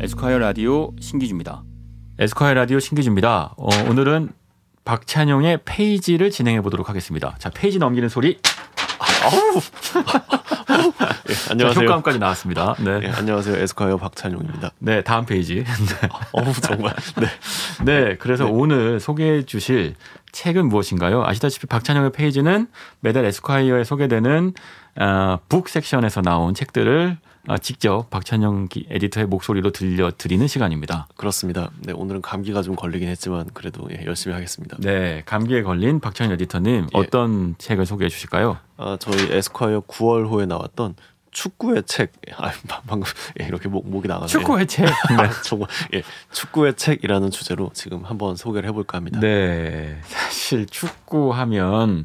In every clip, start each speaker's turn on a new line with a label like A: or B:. A: 에스콰이어 라디오 신기주입니다.
B: 에스콰이어 라디오 신기주입니다. 어, 오늘은 박찬용의 페이지를 진행해 보도록 하겠습니다. 자, 페이지 넘기는 소리. 아우.
C: 예, 안녕하세요.
B: 효과음까지 나왔습니다. 네.
C: 예, 안녕하세요. 에스콰이어 박찬용입니다.
B: 네, 다음 페이지.
C: 어우 정말. 네.
B: 네, 그래서
C: 네.
B: 오늘 소개해 주실 책은 무엇인가요? 아시다시피 박찬영의 페이지는 매달 에스콰이어에 소개되는 어, 북 섹션에서 나온 책들을 어, 직접 박찬영 기- 에디터의 목소리로 들려드리는 시간입니다.
C: 그렇습니다. 네, 오늘은 감기가 좀 걸리긴 했지만 그래도 예, 열심히 하겠습니다.
B: 네, 감기에 걸린 박찬영 에디터님 어떤 책을 소개해 주실까요?
C: 아, 저희 에스콰이어 9월 호에 나왔던 축구의 책. 아, 방- 방금 예, 이렇게 목 목이 나가네요.
B: 축구의 책.
C: 아, 정말 예, 축구의 책이라는 주제로 지금 한번 소개를 해볼까 합니다.
B: 네, 사실 축구하면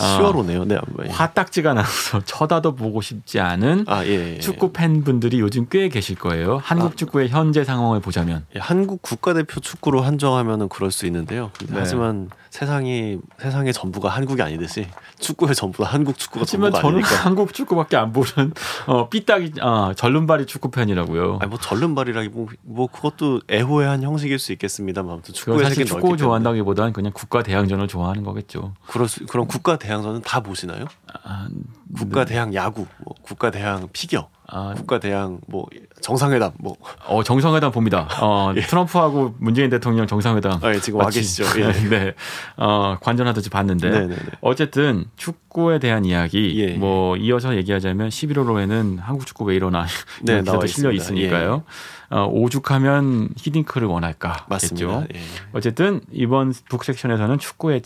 B: 어,
C: 10월 호네요. 네. 아마, 예.
B: 화딱지가 나서 쳐다도 보고 싶지 않은
C: 아, 예, 예.
B: 축구 팬분들이 요즘 꽤 계실 거예요. 한국
C: 아.
B: 축구의 현재 상황을 보자면.
C: 예, 한국 국가대표 축구로 한정하면은 그럴 수 있는데요. 근데
B: 네.
C: 하지만 세상이 세상의 전부가 한국이 아니듯이 축구의 전부가 한국 축구가
B: 하지만
C: 전부가
B: 저는
C: 아니니까.
B: 한국 축구밖에 안 보는 어, 삐딱이 아, 절름발이 축구 팬이라고요.
C: 아니 뭐 절름발이라기 뭐, 뭐 그것도 애호의 한 형식일 수 있겠습니다만 뭐 아무튼
B: 그건
C: 축구의
B: 사실
C: 세계
B: 축구 좋아한다기보다는 그냥 국가 대항전을 좋아하는 거겠죠.
C: 그럴 수, 그럼 국가 대항전은 다 보시나요?
B: 아,
C: 국가 대항 야구, 뭐 국가 대항 피겨,
B: 아,
C: 국가 대항 뭐 정상회담 뭐
B: 어, 정상회담 봅니다. 어, 트럼프하고 문재인 대통령 정상회담.
C: 예. 아, 예, 지금 와
B: 마치-
C: 계시죠? 예.
B: 네. 어, 관전하듯이 봤는데.
C: 네네네.
B: 어쨌든 축구에 대한 이야기
C: 예.
B: 뭐 이어서 얘기하자면 11월호에는 한국 축구 왜 이러나
C: 네,
B: 이런 기사도
C: 나와
B: 실려
C: 있습니다. 예.
B: 있으니까요. 어, 오죽하면 히딩크를 원할까
C: 맞습니다.
B: 겠죠
C: 예.
B: 어쨌든 이번 북 섹션에서는 축구의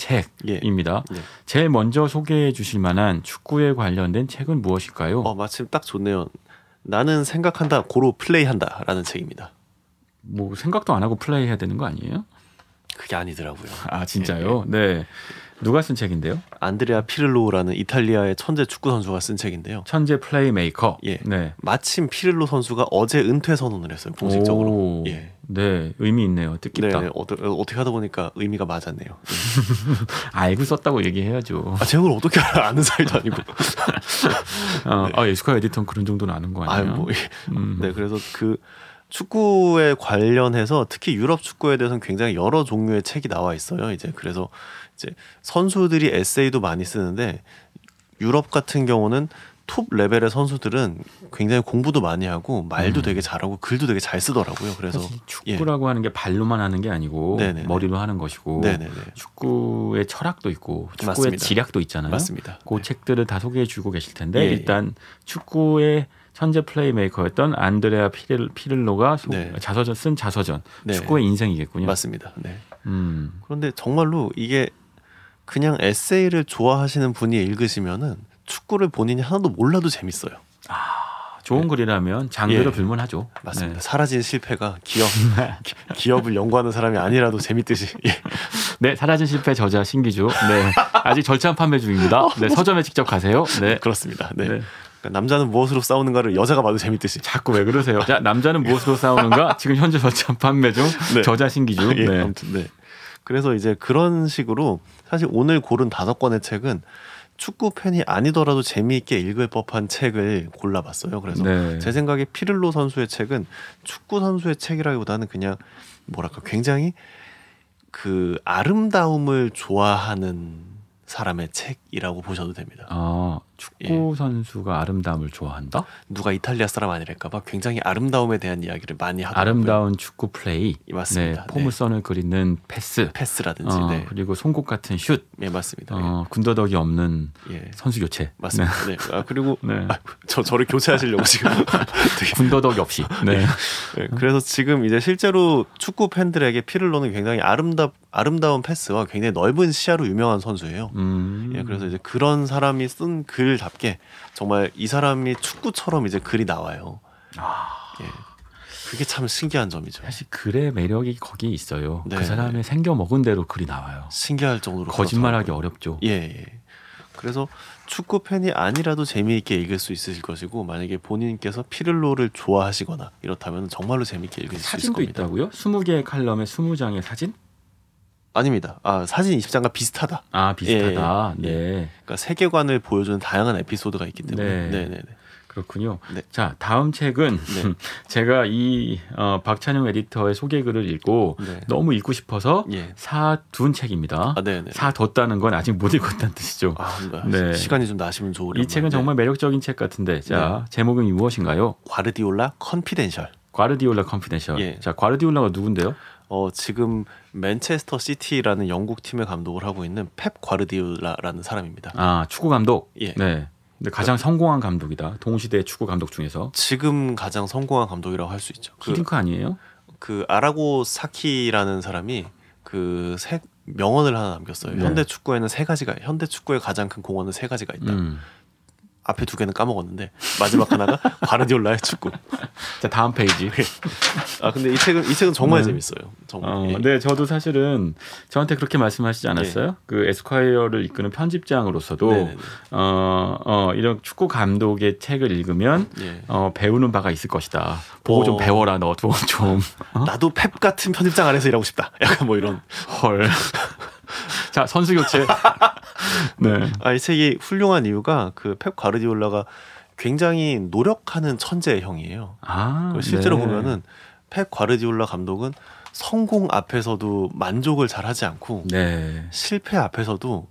B: 책입니다.
C: 예. 네.
B: 제일 먼저 소개해 주실 만한 축구에 관련된 책은 무엇일까요?
C: 어 마침 딱 좋네요. 나는 생각한다 고로 플레이한다라는 책입니다.
B: 뭐 생각도 안 하고 플레이해야 되는 거 아니에요?
C: 그게 아니더라고요.
B: 아 진짜요? 네. 누가 쓴 책인데요?
C: 안드레아 피를로라는 이탈리아의 천재 축구 선수가 쓴 책인데요.
B: 천재 플레이메이커.
C: 예.
B: 네.
C: 마침 피를로 선수가 어제 은퇴 선언을 했어요. 공식적으로.
B: 오,
C: 예.
B: 네, 의미 있네요. 뜻깊다.
C: 네, 네. 어떠- 어떻게 하다 보니까 의미가 맞았네요.
B: 알고 썼다고 얘기해야죠.
C: 아, 제목을 어떻게 알아? 아는 사이도 아니고.
B: 어, 아, 에스콰이어 에디터는 그런 정도는 아는 거
C: 네. 아,
B: 아니에요?
C: 뭐. 예.
B: 음.
C: 네, 그래서 그 축구에 관련해서 특히 유럽 축구에 대해서는 굉장히 여러 종류의 책이 나와 있어요. 이제 그래서 이제 선수들이 에세이도 많이 쓰는데 유럽 같은 경우는 톱 레벨의 선수들은 굉장히 공부도 많이 하고 말도 되게 잘하고 글도 되게 잘 쓰더라고요. 그래서
B: 음. 사실 축구라고 하는 게 발로만 하는 게 아니고
C: 예. 네네네.
B: 머리로 뭐 하는 것이고
C: 예. 네네네
B: 축구의 철학도 있고 축구의
C: 맞습니다.
B: 지략도 있잖아요.
C: 맞습니다.
B: 그
C: 네.
B: 책들을 다 소개해 주고 계실 텐데
C: 예, 예.
B: 일단 축구의 천재 플레이메이커였던 안드레아 피렐, 피를로가 소-
C: 네.
B: 자서전 쓴 자서전
C: 네.
B: 축구의 인생이겠군요.
C: 맞습니다. 네.
B: 음.
C: 그런데 정말로 이게 그냥 에세이를 좋아하시는 분이 읽으시면은 축구를 본인이 하나도 몰라도 재밌어요.
B: 좋은 글이라면 장르를
C: 아, 네. 예.
B: 불문하죠. 네.
C: 맞습니다. 사라진 실패가 기업 기- 기업을 연구하는 사람이 아니라도 재밌듯이 예.
B: 네, 네, 사라진 실패 저자 신기주. 네, 아직 절찬 판매 중입니다. 네, 서점에 직접 가세요. 네,
C: 그렇습니다. 네.
B: 네.
C: 그러니까 남자는 무엇으로 싸우는가를 여자가 봐도 재밌듯이
B: 자꾸 왜 그러세요? 자, 남자는 무엇으로 싸우는가? 지금 현재 저참 판매 중
C: 네.
B: 저자 신기주.
C: 예,
B: 네.
C: 아무튼 네. 그래서 이제 그런 식으로 사실 오늘 고른 다섯 권의 책은 축구 팬이 아니더라도 재미있게 읽을 법한 책을 골라봤어요. 그래서
B: 네.
C: 제 생각에 피를로 선수의 책은 축구 선수의 책이라기보다는 그냥 뭐랄까 굉장히 그 아름다움을 좋아하는 사람의 책이라고 보셔도 됩니다.
B: 아,
C: 예.
B: 축구 선수가 아름다움을 좋아한다.
C: 누가 이탈리아 사람 아니랄까봐 굉장히 아름다움에 대한 이야기를 많이 하고
B: 아름다운 축구 플레이.
C: 예, 맞습니다.
B: 네, 포물선을 그리는 패스.
C: 패스라든지
B: 어,
C: 네,
B: 그리고 송곳 같은 슛.
C: 예 맞습니다.
B: 어, 군더더기 없는
C: 예.
B: 선수 교체.
C: 맞습니다. 네. 아 그리고
B: 네. 네.
C: 아, 저 저를 교체하시려고 지금. 되게-
B: 군더더기 없이. 네.
C: 네, 그래서 지금 이제 실제로 축구 팬들에게 피를로는 굉장히 아름답 아름다운 패스와 굉장히 넓은 시야로 유명한 선수예요.
B: 음.
C: 예, 그래서 이제 그런 사람이 쓴 글답게 정말 이 사람이 축구처럼 이제 글이 나와요.
B: 아.
C: 예, 그게 참 신기한 점이죠.
B: 사실 글의 매력이 거기에 있어요.
C: 네.
B: 그 사람의 생겨 먹은 대로 글이 나와요.
C: 신기할 정도로
B: 거짓말하기 어렵죠.
C: 예, 예. 그래서 축구 팬이 아니라도 재미있게 읽을 수 있으실 것이고 만약에 본인께서 피를로를 좋아하시거나 이렇다면 정말로 재미있게 읽으실 수 있을
B: 사진도
C: 겁니다.
B: 있다고요? 20개의 칼럼에 20장의 사진?
C: 아닙니다. 아, 사진 20장과 비슷하다.
B: 아, 비슷하다.
C: 예, 예.
B: 네.
C: 그러니까 세계관을 보여주는 다양한 에피소드가 있기 때문에.
B: 네.
C: 네, 네, 네.
B: 그렇군요.
C: 네.
B: 자, 다음 책은
C: 네.
B: 제가 이 어, 박찬용 에디터의 소개글을 읽고
C: 네.
B: 너무 읽고 싶어서
C: 예.
B: 사둔 책입니다.
C: 아, 네, 네.
B: 사뒀다는 건 아직 못 읽었다는 뜻이죠.
C: 아, 뭐,
B: 네.
C: 시간이 좀 나시면 좋으려나.
B: 이 책은 정말 매력적인 책 같은데,
C: 네.
B: 자 제목은 무엇인가요?
C: 과르디올라 컨피덴셜.
B: 과르디올라 컨피덴셜.
C: 예.
B: 자, 과르디올라가 누군데요?
C: 어, 지금 맨체스터 시티라는 영국 팀의 감독을 하고 있는 펩 과르디올라라는 사람입니다.
B: 아, 축구 감독.
C: 예.
B: 네. 근데 가장 성공한 감독이다. 동시대 축구 감독 중에서
C: 지금 가장 성공한 감독이라고 할 수 있죠. 그,
B: 히딩크 아니에요?
C: 그 아라고 사키라는 사람이 그 세, 명언을 하나 남겼어요.
B: 네.
C: 현대 축구에는 세 가지가 현대 축구의 가장 큰 공헌은 세 가지가 있다.
B: 음.
C: 앞에 두 개는 까먹었는데 마지막 하나가 과르디올라의 축구.
B: 자, 다음 페이지.
C: 아 근데 이 책은 이 책은 정말
B: 네.
C: 재밌어요. 정말.
B: 어,
C: 예. 네.
B: 네, 저도 사실은 저한테 그렇게 말씀하시지 않았어요? 그 에스콰이어를 이끄는 편집장으로서도
C: 네네네.
B: 어, 어, 이런 축구 감독의 책을 읽으면
C: 예.
B: 어, 배우는 바가 있을 것이다. 보고 좀
C: 어.
B: 배워라 너 좀. 좀.
C: 나도 펩 같은 편집장 안에서 일하고 싶다. 약간 뭐 이런.
B: 헐. 자, 선수 교체. 네.
C: 아 이 책이 훌륭한 이유가 그 펩 과르디올라가 굉장히 노력하는 천재 형이에요.
B: 아,
C: 그리고 실제로
B: 네.
C: 보면은 펩 과르디올라 감독은 성공 앞에서도 만족을 잘하지 않고
B: 네.
C: 실패 앞에서도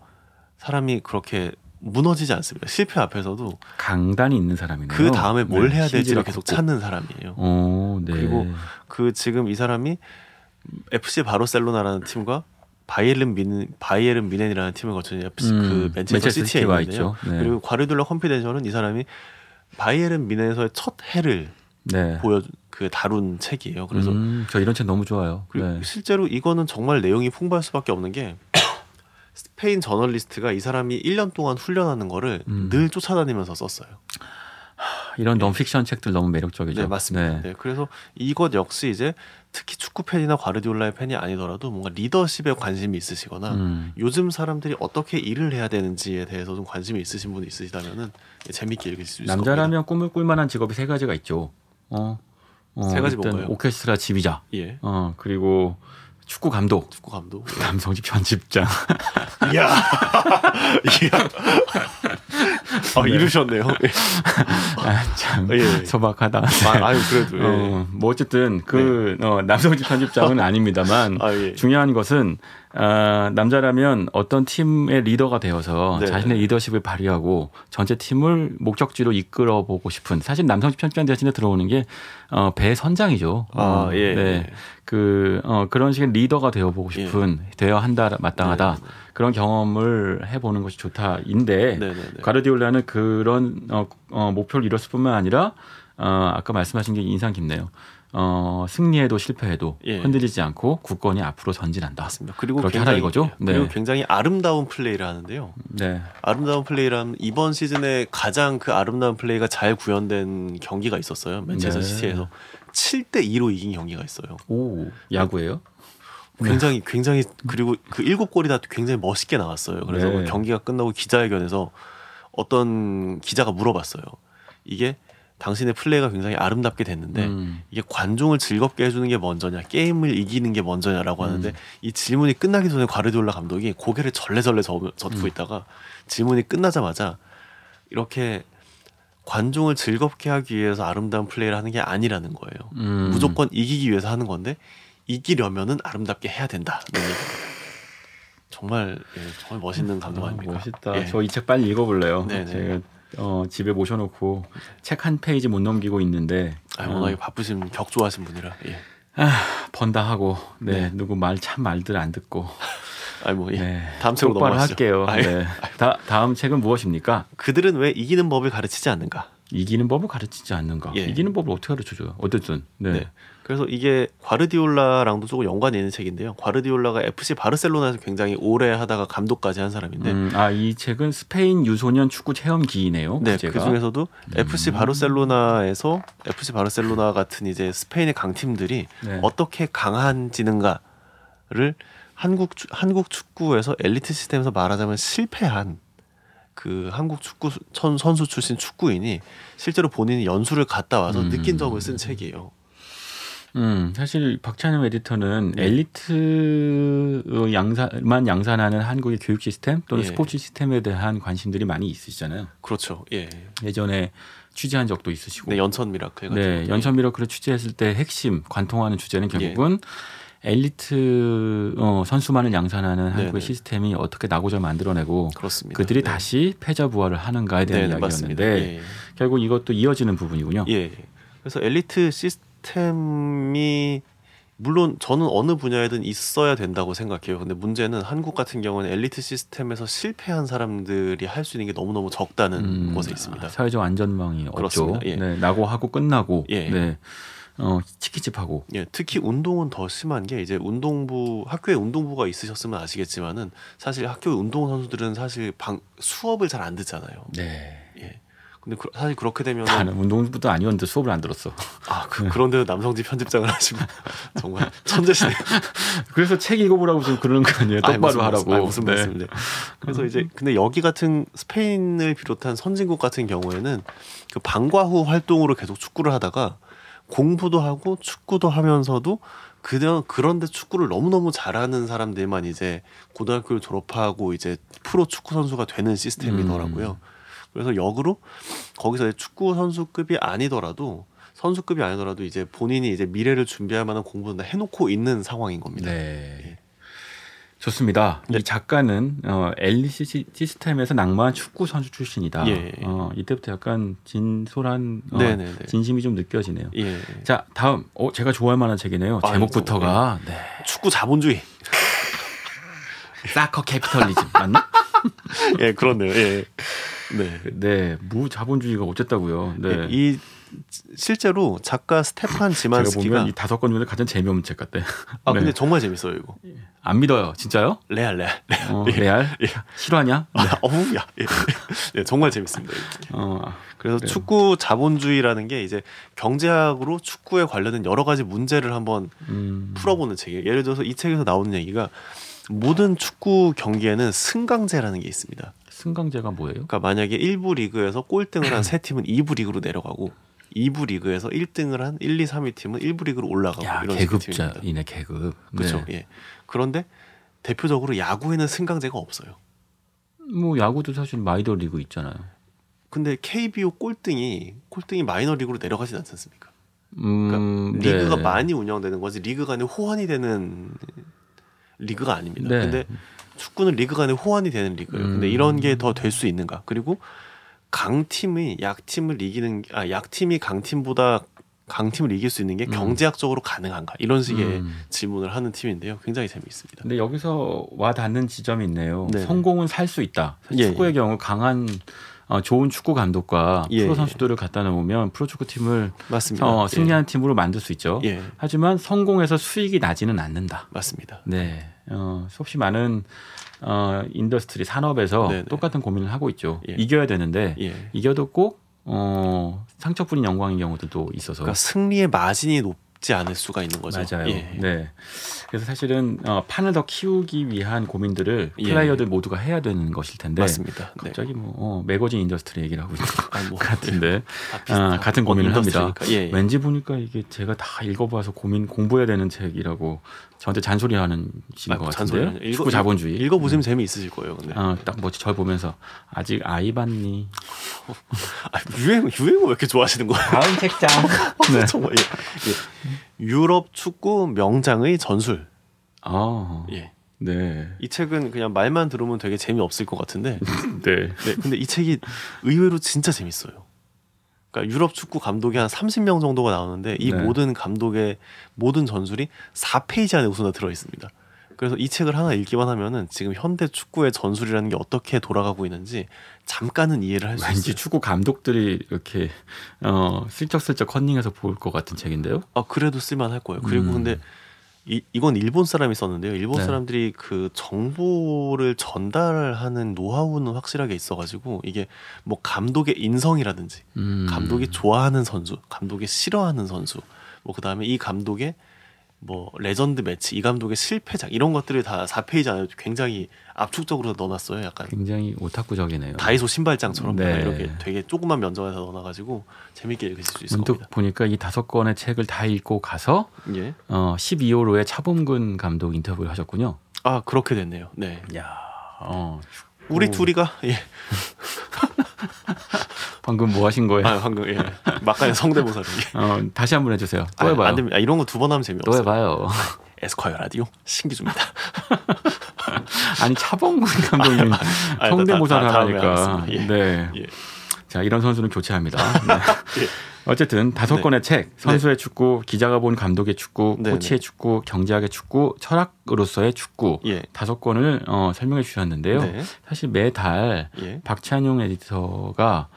C: 사람이 그렇게 무너지지 않습니다. 실패 앞에서도
B: 강단이 있는 사람이네요.
C: 그 다음에 뭘
B: 네,
C: 해야 될지를
B: 심지를
C: 계속
B: 갖고.
C: 찾는 사람이에요.
B: 어, 네.
C: 그리고 그 지금 이 사람이 FC 바르셀로나라는 팀과 바이에른 민 바이에른 미넨이라는 팀을 거쳐서 FC 그
B: 음,
C: 맨체스터, 시티에
B: 시티와
C: 있는데요.
B: 있죠. 네.
C: 그리고 과르둘라 컴피덴셜은 이 사람이 바이에른 미넨에서의 첫 해를
B: 네.
C: 보여 그 다룬 책이에요. 그래서
B: 음, 저 이런 책 너무 좋아요.
C: 그리고
B: 네.
C: 실제로 이거는 정말 내용이 풍부할 수밖에 없는 게 스페인 저널리스트가 이 사람이 1년 동안 훈련하는 거를
B: 음.
C: 늘 쫓아다니면서 썼어요.
B: 이런 넌픽션 책들 너무 매력적이죠.
C: 예. 네, 맞습니다.
B: 네.
C: 네, 그래서 이것 역시 이제 특히 축구 팬이나 과르디올라의 팬이 아니더라도 뭔가 리더십에 관심이 있으시거나
B: 음.
C: 요즘 사람들이 어떻게 일을 해야 되는지에 대해서 좀 관심이 있으신 분이 있으시다면은 예, 재밌게 읽을 수 있을 겁니다.
B: 남자라면 꿈을 꿀 만한 직업이 세 가지가 있죠. 어. 어,
C: 세 가지
B: 일단
C: 뭔가요?
B: 오케스트라 지휘자.
C: 예,
B: 어, 그리고 축구 감독.
C: 축구 감독.
B: 남성집 편집장.
C: 이야, 이야, 아
B: 네.
C: 이루셨네요.
B: 아, 참
C: 예, 예.
B: 소박하다.
C: 아, 아유 그래도 예.
B: 어, 뭐 어쨌든 그 어, 남성집 편집장은 아닙니다만
C: 네. 아 예.
B: 중요한 것은 아, 남자라면 어떤 팀의 리더가 되어서
C: 네.
B: 자신의 리더십을 발휘하고 전체 팀을 목적지로 이끌어 보고 싶은 사실 남성집 편집장 대신에 들어오는 게 어, 배선장이죠.
C: 아
B: 어,
C: 예.
B: 네. 그 어, 그런 식의 리더가 되어 보고 싶은 되어 한다
C: 네.
B: 마땅하다 그런 경험을 해보는 것이 좋다인데
C: 네, 네, 네.
B: 가르디올라는 그런 어, 어, 목표를 이뤘을 뿐만 아니라 어, 아까 말씀하신 게 인상 깊네요. 어, 승리해도 실패해도
C: 예.
B: 흔들리지 않고 굳건히 앞으로 전진한다.
C: 맞습니다. 네, 그리고 예.
B: 그렇게 하라 이거죠? 네.
C: 그리고 굉장히 아름다운 플레이를 하는데요.
B: 네.
C: 아름다운 플레이라면 이번 시즌에 가장 그 아름다운 플레이가 잘 구현된 경기가 있었어요. 맨체스터
B: 네.
C: 시티에서 7대 2로 이긴 경기가 있어요.
B: 오 야구예요? 네.
C: 굉장히 굉장히 그리고 그 일곱 골이 다 굉장히 멋있게 나왔어요. 그래서
B: 네.
C: 그 경기가 끝나고 기자회견에서 어떤 기자가 물어봤어요. 이게 당신의 플레이가 굉장히 아름답게 됐는데
B: 음.
C: 이게 관중을 즐겁게 해주는 게 먼저냐, 게임을 이기는 게 먼저냐라고 하는데
B: 음.
C: 이 질문이 끝나기 전에 과르디올라 감독이 고개를 절레절레 저-
B: 음.
C: 젓고 있다가 질문이 끝나자마자 이렇게 관중을 즐겁게 하기 위해서 아름다운 플레이를 하는 게 아니라는 거예요.
B: 음.
C: 무조건 이기기 위해서 하는 건데 이기려면은 아름답게 해야 된다. 는 얘기입니다. 정말 예, 정말 멋있는 감독
B: 아,
C: 아닙니까?
B: 멋있다.
C: 예.
B: 저 이 책 빨리 읽어볼래요.
C: 네네.
B: 제가 어, 집에 모셔놓고 책 한 페이지 못 넘기고 있는데
C: 아,
B: 어,
C: 워낙에 바쁘신 격조하신 분이라. 예.
B: 번다 하고 네, 누구 말 참 말들 안 듣고
C: 아니 뭐 예.
B: 네.
C: 다음 책으로
B: 똑바로 할게요.
C: 넘어가시죠. 아유, 예.
B: 네. 다, 다음 책은 무엇입니까?
C: 그들은 왜 이기는 법을 가르치지 않는가?
B: 이기는 법을 가르치지 않는가?
C: 예.
B: 이기는 법을 어떻게 가르쳐줘요? 어쨌든 네.
C: 네. 그래서 이게 과르디올라랑도 조금 연관이 있는 책인데요. 과르디올라가 FC 바르셀로나에서 굉장히 오래 하다가 감독까지 한 사람인데,
B: 음, 아이 책은 스페인 유소년 축구 체험기이네요.
C: 네,
B: 제가 음.
C: 그 중에서도 FC 바르셀로나에서 FC 바르셀로나 같은 이제 스페인의 강팀들이
B: 네.
C: 어떻게 강한지는가를 한국 축- 한국 축구에서 엘리트 시스템에서 말하자면 실패한 그 한국 축구 수- 선- 선수 출신 축구인이 실제로 본인이 연수를 갔다 와서
B: 음.
C: 느낀 점을 쓴 책이에요.
B: 음, 사실 박찬영 에디터는
C: 네.
B: 엘리트 양산만 양산하는 한국의 교육 시스템 또는
C: 예.
B: 스포츠 시스템에 대한 관심들이 많이 있으시잖아요.
C: 그렇죠. 예.
B: 예전에 취재한 적도 있으시고
C: 네, 연천 미라클 같은
B: 네,
C: 것도.
B: 연천 미러클을 취재했을 때 핵심 관통하는 주제는
C: 예.
B: 결국은 엘리트 어, 선수만을 양산하는
C: 네네.
B: 한국의 시스템이 어떻게 나고자 만들어내고
C: 그렇습니다.
B: 그들이
C: 네.
B: 다시 패자 부활을 하는가에
C: 네,
B: 대한
C: 네, 맞습니다.
B: 이야기였는데
C: 예.
B: 결국 이것도 이어지는 부분이군요.
C: 예. 예. 그래서 엘리트 시스템이 물론 저는 어느 분야에든 있어야 된다고 생각해요. 근데 문제는 한국 같은 경우는 엘리트 시스템에서 실패한 사람들이 할 수 있는 게 너무너무 적다는
B: 음,
C: 곳에 있습니다.
B: 사회적 안전망이 없죠.
C: 그렇습니다. 예.
B: 네, 나고 하고 끝나고
C: 예.
B: 네. 어, 치킨집하고
C: 예, 특히 운동은 더 심한 게 이제 운동부 학교에 운동부가 있으셨으면 아시겠지만은 사실 학교 운동 선수들은 사실 방 수업을 잘 안 듣잖아요.
B: 네.
C: 예. 근데 그- 사실 그렇게 되면
B: 나는 운동부도 아니었는데 수업을 안 들었어.
C: 아 그, 그런데도 남성지 편집장을 하시고 정말 천재시네요.
B: 그래서 책 읽어보라고 지금 그러는 거 아니에요?
C: 아이,
B: 예, 똑바로
C: 무슨 말씀,
B: 하라고. 네. 음.
C: 아이, 무슨 말씀인데. 그래서 이제 근데 여기 같은 스페인을 비롯한 선진국 같은 경우에는 그 방과 후 활동으로 계속 축구를 하다가 공부도 하고 축구도 하면서도 그냥 그런데 축구를 너무너무 잘하는 사람들만 이제 고등학교를 졸업하고 이제 프로 축구 선수가 되는 시스템이더라고요.
B: 음.
C: 그래서 역으로 거기서 이제 축구 선수급이 아니더라도 선수급이 아니더라도 이제 본인이 이제 미래를 준비할 만한 공부는 다 해놓고 있는 상황인 겁니다.
B: 네.
C: 예.
B: 좋습니다.
C: 네.
B: 이 작가는 어, 엘리시 시- 시스템에서 낭만한 축구 선수 출신이다.
C: 예.
B: 어, 이때부터 약간 진솔한 어,
C: 네네네.
B: 진심이 좀 느껴지네요.
C: 예.
B: 자, 다음. 어, 제가 좋아할 만한 책이네요.
C: 아,
B: 제목부터가 네.
C: 축구 자본주의.
B: 사커 캐피털리즘 맞나?
C: 예, 그렇네요. 예. 네.
B: 네, 무자본주의가 어쨌다고요. 네.
C: 이 실제로 작가 스테판
B: 제가
C: 지만스키가
B: 보면 이 다섯 권 중에 가장 재미없는 책 같대.
C: 아
B: 네.
C: 근데 정말 재밌어요 이거.
B: 안 믿어요, 진짜요?
C: 레알 레알. 레알.
B: 어, 레알
C: 예.
B: 실화냐?
C: 아, 어우야. 예. 예, 정말 재밌습니다. 이거.
B: 어,
C: 그래서
B: 그래요.
C: 축구 자본주의라는 게 이제 경제학으로 축구에 관련된 여러 가지 문제를 한번
B: 음,
C: 풀어보는 책이에요. 예를 들어서 이 책에서 나오는 얘기가 모든 축구 경기에는 승강제라는 게 있습니다.
B: 승강제가 뭐예요?
C: 그러니까 만약에 1부 리그에서 꼴등을 한 세 팀은 2부 리그로 내려가고 2부 리그에서 1등을 한 1, 2, 3위 팀은 1부 리그로 올라가고
B: 야,
C: 아, 이런 식의 팀입니다.
B: 계급자이네 계급.
C: 그렇죠. 예. 그런데 대표적으로 야구에는 승강제가 없어요.
B: 뭐 야구도 사실 마이더 리그 있잖아요.
C: 근데 KBO 꼴등이 꼴등이 마이너리그로 내려가진 않지 않습니까?
B: 음, 네.
C: 그러니까 리그가 많이 운영되는 거지 리그 간에 호환이 되는 리그가 아닙니다.
B: 네.
C: 근데 축구는 리그 간에 호환이 되는 리그예요. 근데
B: 음.
C: 이런 게 더 될 수 있는가? 그리고 강팀이 약팀을 이기는 아 약팀이 강팀보다 강팀을 이길 수 있는 게
B: 음.
C: 경제학적으로 가능한가? 이런 식의
B: 음. 네.
C: 질문을 하는 팀인데요. 굉장히 재미있습니다.
B: 근데 여기서 와 닿는 지점이 있네요.
C: 네.
B: 성공은 살 수 있다. 사실
C: 예,
B: 축구의 경우 강한 어, 좋은 축구 감독과
C: 예,
B: 프로
C: 예.
B: 선수들을 갖다 놓으면 프로 축구 팀을
C: 맞습니다.
B: 어,
C: 예.
B: 승리하는 팀으로 만들 수 있죠.
C: 예,
B: 하지만 성공해서 수익이 나지는 않는다.
C: 맞습니다.
B: 네. 어, 수없이 많은 어, 인더스트리 산업에서
C: 네, 네.
B: 똑같은 고민을 하고 있죠.
C: 예.
B: 이겨야 되는데
C: 예.
B: 이겨도 꼭 어, 상처뿐인 영광인 경우들도 있어서
C: 그러니까 승리의 마진이 높지 않을 수가 있는 거죠.
B: 맞아요.
C: 예.
B: 네. 그래서 사실은 어, 판을 더 키우기 위한 고민들을
C: 예.
B: 플레이어들 모두가 해야 되는 것일 텐데
C: 맞습니다. 네.
B: 갑자기 뭐 어, 매거진 인더스트리 얘기를 하고 있는 것
C: 아, 뭐,
B: 같은데
C: 다 비슷하고
B: 아, 같은 고민을 합니다.
C: 인더스트리니까. 예, 예.
B: 왠지 보니까 이게 제가 다 읽어봐서 고민 공부해야 되는 책이라고 저한테 잔소리하는 신
C: 아,
B: 것
C: 잔소리
B: 같은데요.
C: 아니에요. 읽어-
B: 축구 자본주의. 네.
C: 읽어보시면 재미있으실 거예요. 근데
B: 아, 딱 뭐지 절 보면서 아직 아이 봤니?
C: 아, 유행 유행을 왜 이렇게 좋아하시는 거예요?
B: 다음 책장. 네.
C: 정말 예. 예. 유럽 축구 명장의 전술.
B: 어,
C: 예.
B: 네,
C: 이 책은 그냥 말만 들으면 되게 재미없을 것 같은데
B: 네.
C: 네, 근데 이 책이 의외로 진짜 재밌어요. 그러니까 유럽 축구 감독이 한 30명 정도가 나오는데 이
B: 네.
C: 모든 감독의 모든 전술이 4페이지 안에 우선 다 들어 있습니다. 그래서 이 책을 하나 읽기만 하면은 지금 현대 축구의 전술이라는 게 어떻게 돌아가고 있는지 잠깐은 이해를 할 수
B: 왠지
C: 있어요.
B: 축구 감독들이 이렇게 어, 슬쩍슬쩍 컨닝해서 볼 것 같은 책인데요.
C: 아 그래도 쓸만할 거예요. 그리고
B: 음.
C: 근데 이, 이건 일본 사람이 썼는데요. 일본
B: 네.
C: 사람들이 그 정보를 전달하는 노하우는 확실하게 있어가지고 이게 뭐 감독의 인성이라든지
B: 음.
C: 감독이 좋아하는 선수, 감독이 싫어하는 선수, 뭐 그다음에 이 감독의 뭐 레전드 매치, 이 감독의 실패작 이런 것들을 다 4페이지 안에 굉장히 압축적으로 넣어놨어요. 약간
B: 굉장히 오타쿠적이네요.
C: 다이소 신발장처럼
B: 음. 네.
C: 이렇게 되게 조그만 면적에서 넣어놔가지고 재밌게 읽으실 수 있을
B: 문득
C: 겁니다.
B: 보니까 이 다섯 권의 책을 다 읽고 가서
C: 예.
B: 어, 12호로의 차범근 감독 인터뷰를 하셨군요.
C: 아 그렇게 됐네요. 네.
B: 야, 어,
C: 우리
B: 오.
C: 둘이가 예.
B: 방금 뭐 하신 거예요?
C: 아, 방금 예. 막간에 성대모사를. 예.
B: 어, 다시 한 번 해주세요. 또
C: 아,
B: 해봐요.
C: 안 됩니다. 아, 이런 거 두 번 하면
B: 또
C: 재미없어요.
B: 해봐요.
C: 에스콰이어 라디오 신기주입니다.
B: 아니 차범근 감독님
C: 아,
B: 성대모사를
C: 다- 다- 다음에
B: 하라니까.
C: 하겠습니다. 예.
B: 네.
C: 예.
B: 자 이런 선수는 교체합니다. 네.
C: 예.
B: 어쨌든 다섯
C: 네.
B: 권의 책, 선수의 축구, 기자가 본 감독의 축구,
C: 네,
B: 코치의 축구, 경제학의 축구, 철학으로서의 축구
C: 예.
B: 다섯 권을 어, 설명해 주셨는데요. 네.
C: 네.
B: 사실 매달
C: 예.
B: 박찬용 에디터가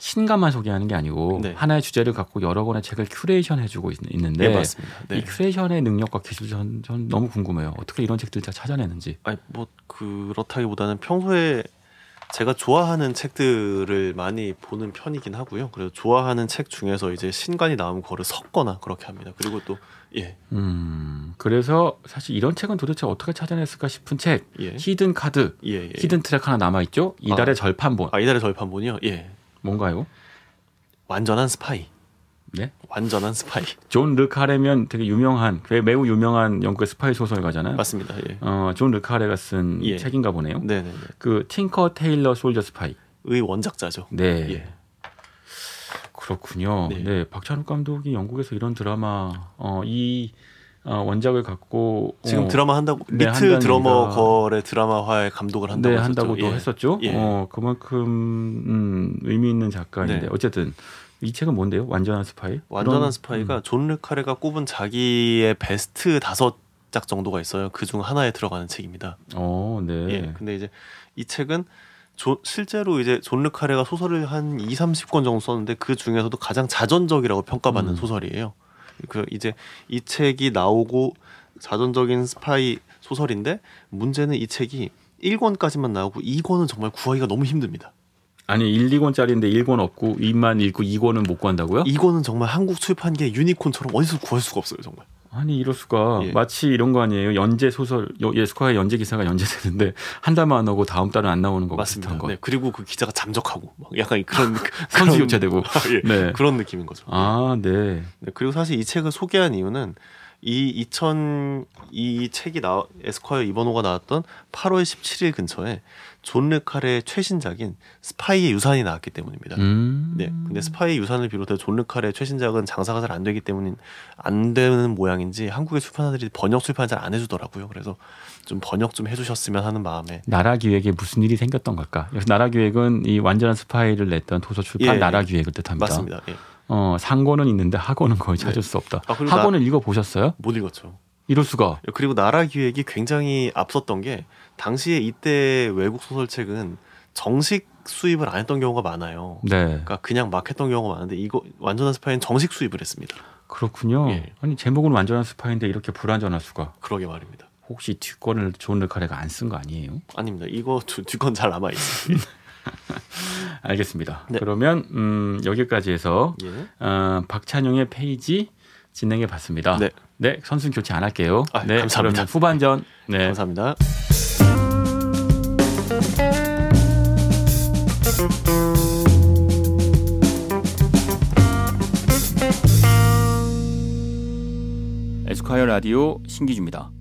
B: 신간만 소개하는 게 아니고
C: 네.
B: 하나의 주제를 갖고 여러 권의 책을 큐레이션 해주고 있- 있는데
C: 예, 맞습니다. 네.
B: 이 큐레이션의 능력과 기술 전, 전 너무 궁금해요. 어떻게 이런 책들 다 찾아내는지.
C: 아니 뭐 그렇다기보다는 평소에 제가 좋아하는 책들을 많이 보는 편이긴 하고요. 그래서 좋아하는 책 중에서 이제 신간이 나오면 그거를 섞거나 그렇게 합니다. 그리고 또 예,
B: 음, 그래서 사실 이런 책은 도대체 어떻게 찾아냈을까 싶은 책,
C: 예,
B: 히든 카드,
C: 예, 예.
B: 히든 트랙 하나 남아 있죠. 이달의
C: 아.
B: 절판본
C: 아 이달의 절판본이요. 예,
B: 뭔가요?
C: 완전한 스파이.
B: 네?
C: 완전한 스파이.
B: 존 르카레면 되게 유명한 꽤 매우 유명한 영국의 스파이 소설가잖아요.
C: 맞습니다. 예.
B: 어, 존 르카레가 쓴
C: 예.
B: 책인가 보네요.
C: 네, 네, 네.
B: 그 팅커 테일러 솔저 스파이.
C: 의 원작자죠.
B: 네.
C: 예.
B: 그렇군요. 네.
C: 네.
B: 박찬욱 감독이 영국에서 이런 드라마 어, 이 어, 원작을 갖고
C: 지금
B: 어,
C: 드라마 한다고
B: 네,
C: 리틀
B: 한다는
C: 드러머
B: 얘기가-
C: 걸의 드라마화에 감독을 한다고
B: 네,
C: 했었죠.
B: 한다고도
C: 예.
B: 했었죠.
C: 예.
B: 어, 그만큼 음, 의미 있는 작가인데
C: 네.
B: 어쨌든 이 책은 뭔데요? 완전한 스파이?
C: 완전한
B: 그런- 음.
C: 스파이가 존 르카레가 꼽은 자기의 베스트 다섯 작 정도가 있어요. 그 중 하나에 들어가는 책입니다.
B: 어, 네.
C: 예. 근데 이제 이 책은 조- 실제로 이제 존 르카레가 소설을 한 2, 30권 정도 썼는데 그 중에서도 가장 자전적이라고 평가받는
B: 음.
C: 소설이에요. 그 이제 이 책이 나오고 자전적인 스파이 소설인데 문제는 이 책이 1권까지만 나오고 2권은 정말 구하기가 너무 힘듭니다.
B: 아니 1, 2권짜리인데 1권 없고 2만 읽고 2권은 못 구한다고요?
C: 2권은 정말 한국 출판 게 유니콘처럼 어디서 구할 수가 없어요, 정말.
B: 아니 이럴 수가
C: 예.
B: 마치 이런 거 아니에요? 연재 소설 여- 예스콰이어 연재 기사가 연재되는데 한 달만 안 오고 다음 달은 안 나오는 거 비슷한
C: 맞습니다.
B: 거.
C: 네, 그리고 그 기자가 잠적하고 막 약간 그런
B: 선수
C: 그런-
B: 교체되고.
C: 아, 예,
B: 네.
C: 그런 느낌인 거죠.
B: 아, 네.
C: 네, 그리고 사실 이 책을 소개한 이유는 이 2000, 이 책이 나 에스콰이어 이번 호가 나왔던 8월 17일 근처에 존 르카레의 최신작인 스파이의 유산이 나왔기 때문입니다.
B: 음.
C: 네, 근데 스파이의 유산을 비롯해 존 르카레의 최신작은 장사가 잘 안 되기 때문인 안 되는 모양인지 한국의 출판사들이 번역 출판 잘 안 해주더라고요. 그래서 좀 번역 좀 해주셨으면 하는 마음에
B: 나라 기획에 무슨 일이 생겼던 걸까? 여기서 나라 기획은 이 완전한 스파이를 냈던 도서 출판
C: 예,
B: 나라 기획을 뜻합니다.
C: 맞습니다. 예,
B: 어, 상고는 있는데 하고는 거의 찾을
C: 네.
B: 수 없다.
C: 아, 그리고
B: 하고는 읽어 보셨어요?
C: 못 읽었죠.
B: 이럴 수가.
C: 그리고 나라 기획이 굉장히 앞섰던 게 당시에 이때 외국 소설책은 정식 수입을 안 했던 경우가 많아요.
B: 네.
C: 그러니까 그냥 막 했던 경우가 많은데 이거 완전한 스파이는 정식 수입을 했습니다.
B: 그렇군요.
C: 예.
B: 아니 제목은 완전한 스파인데 이렇게 불완전할 수가.
C: 그러게 말입니다.
B: 혹시 뒷권을 존 르카레가 안 쓴 거 아니에요?
C: 아닙니다. 이거 두- 뒷건 잘 남아 있어요.
B: 알겠습니다.
C: 네.
B: 그러면 음, 여기까지 해서
C: 예.
B: 어, 박찬용의 페이지 진행해 봤습니다.
C: 네.
B: 선수 교체 안 할게요.
C: 아,
B: 네,
C: 감사합니다.
B: 그러면 후반전. 네.
C: 예. 감사합니다.
B: 에스콰이어 라디오 신기주입니다.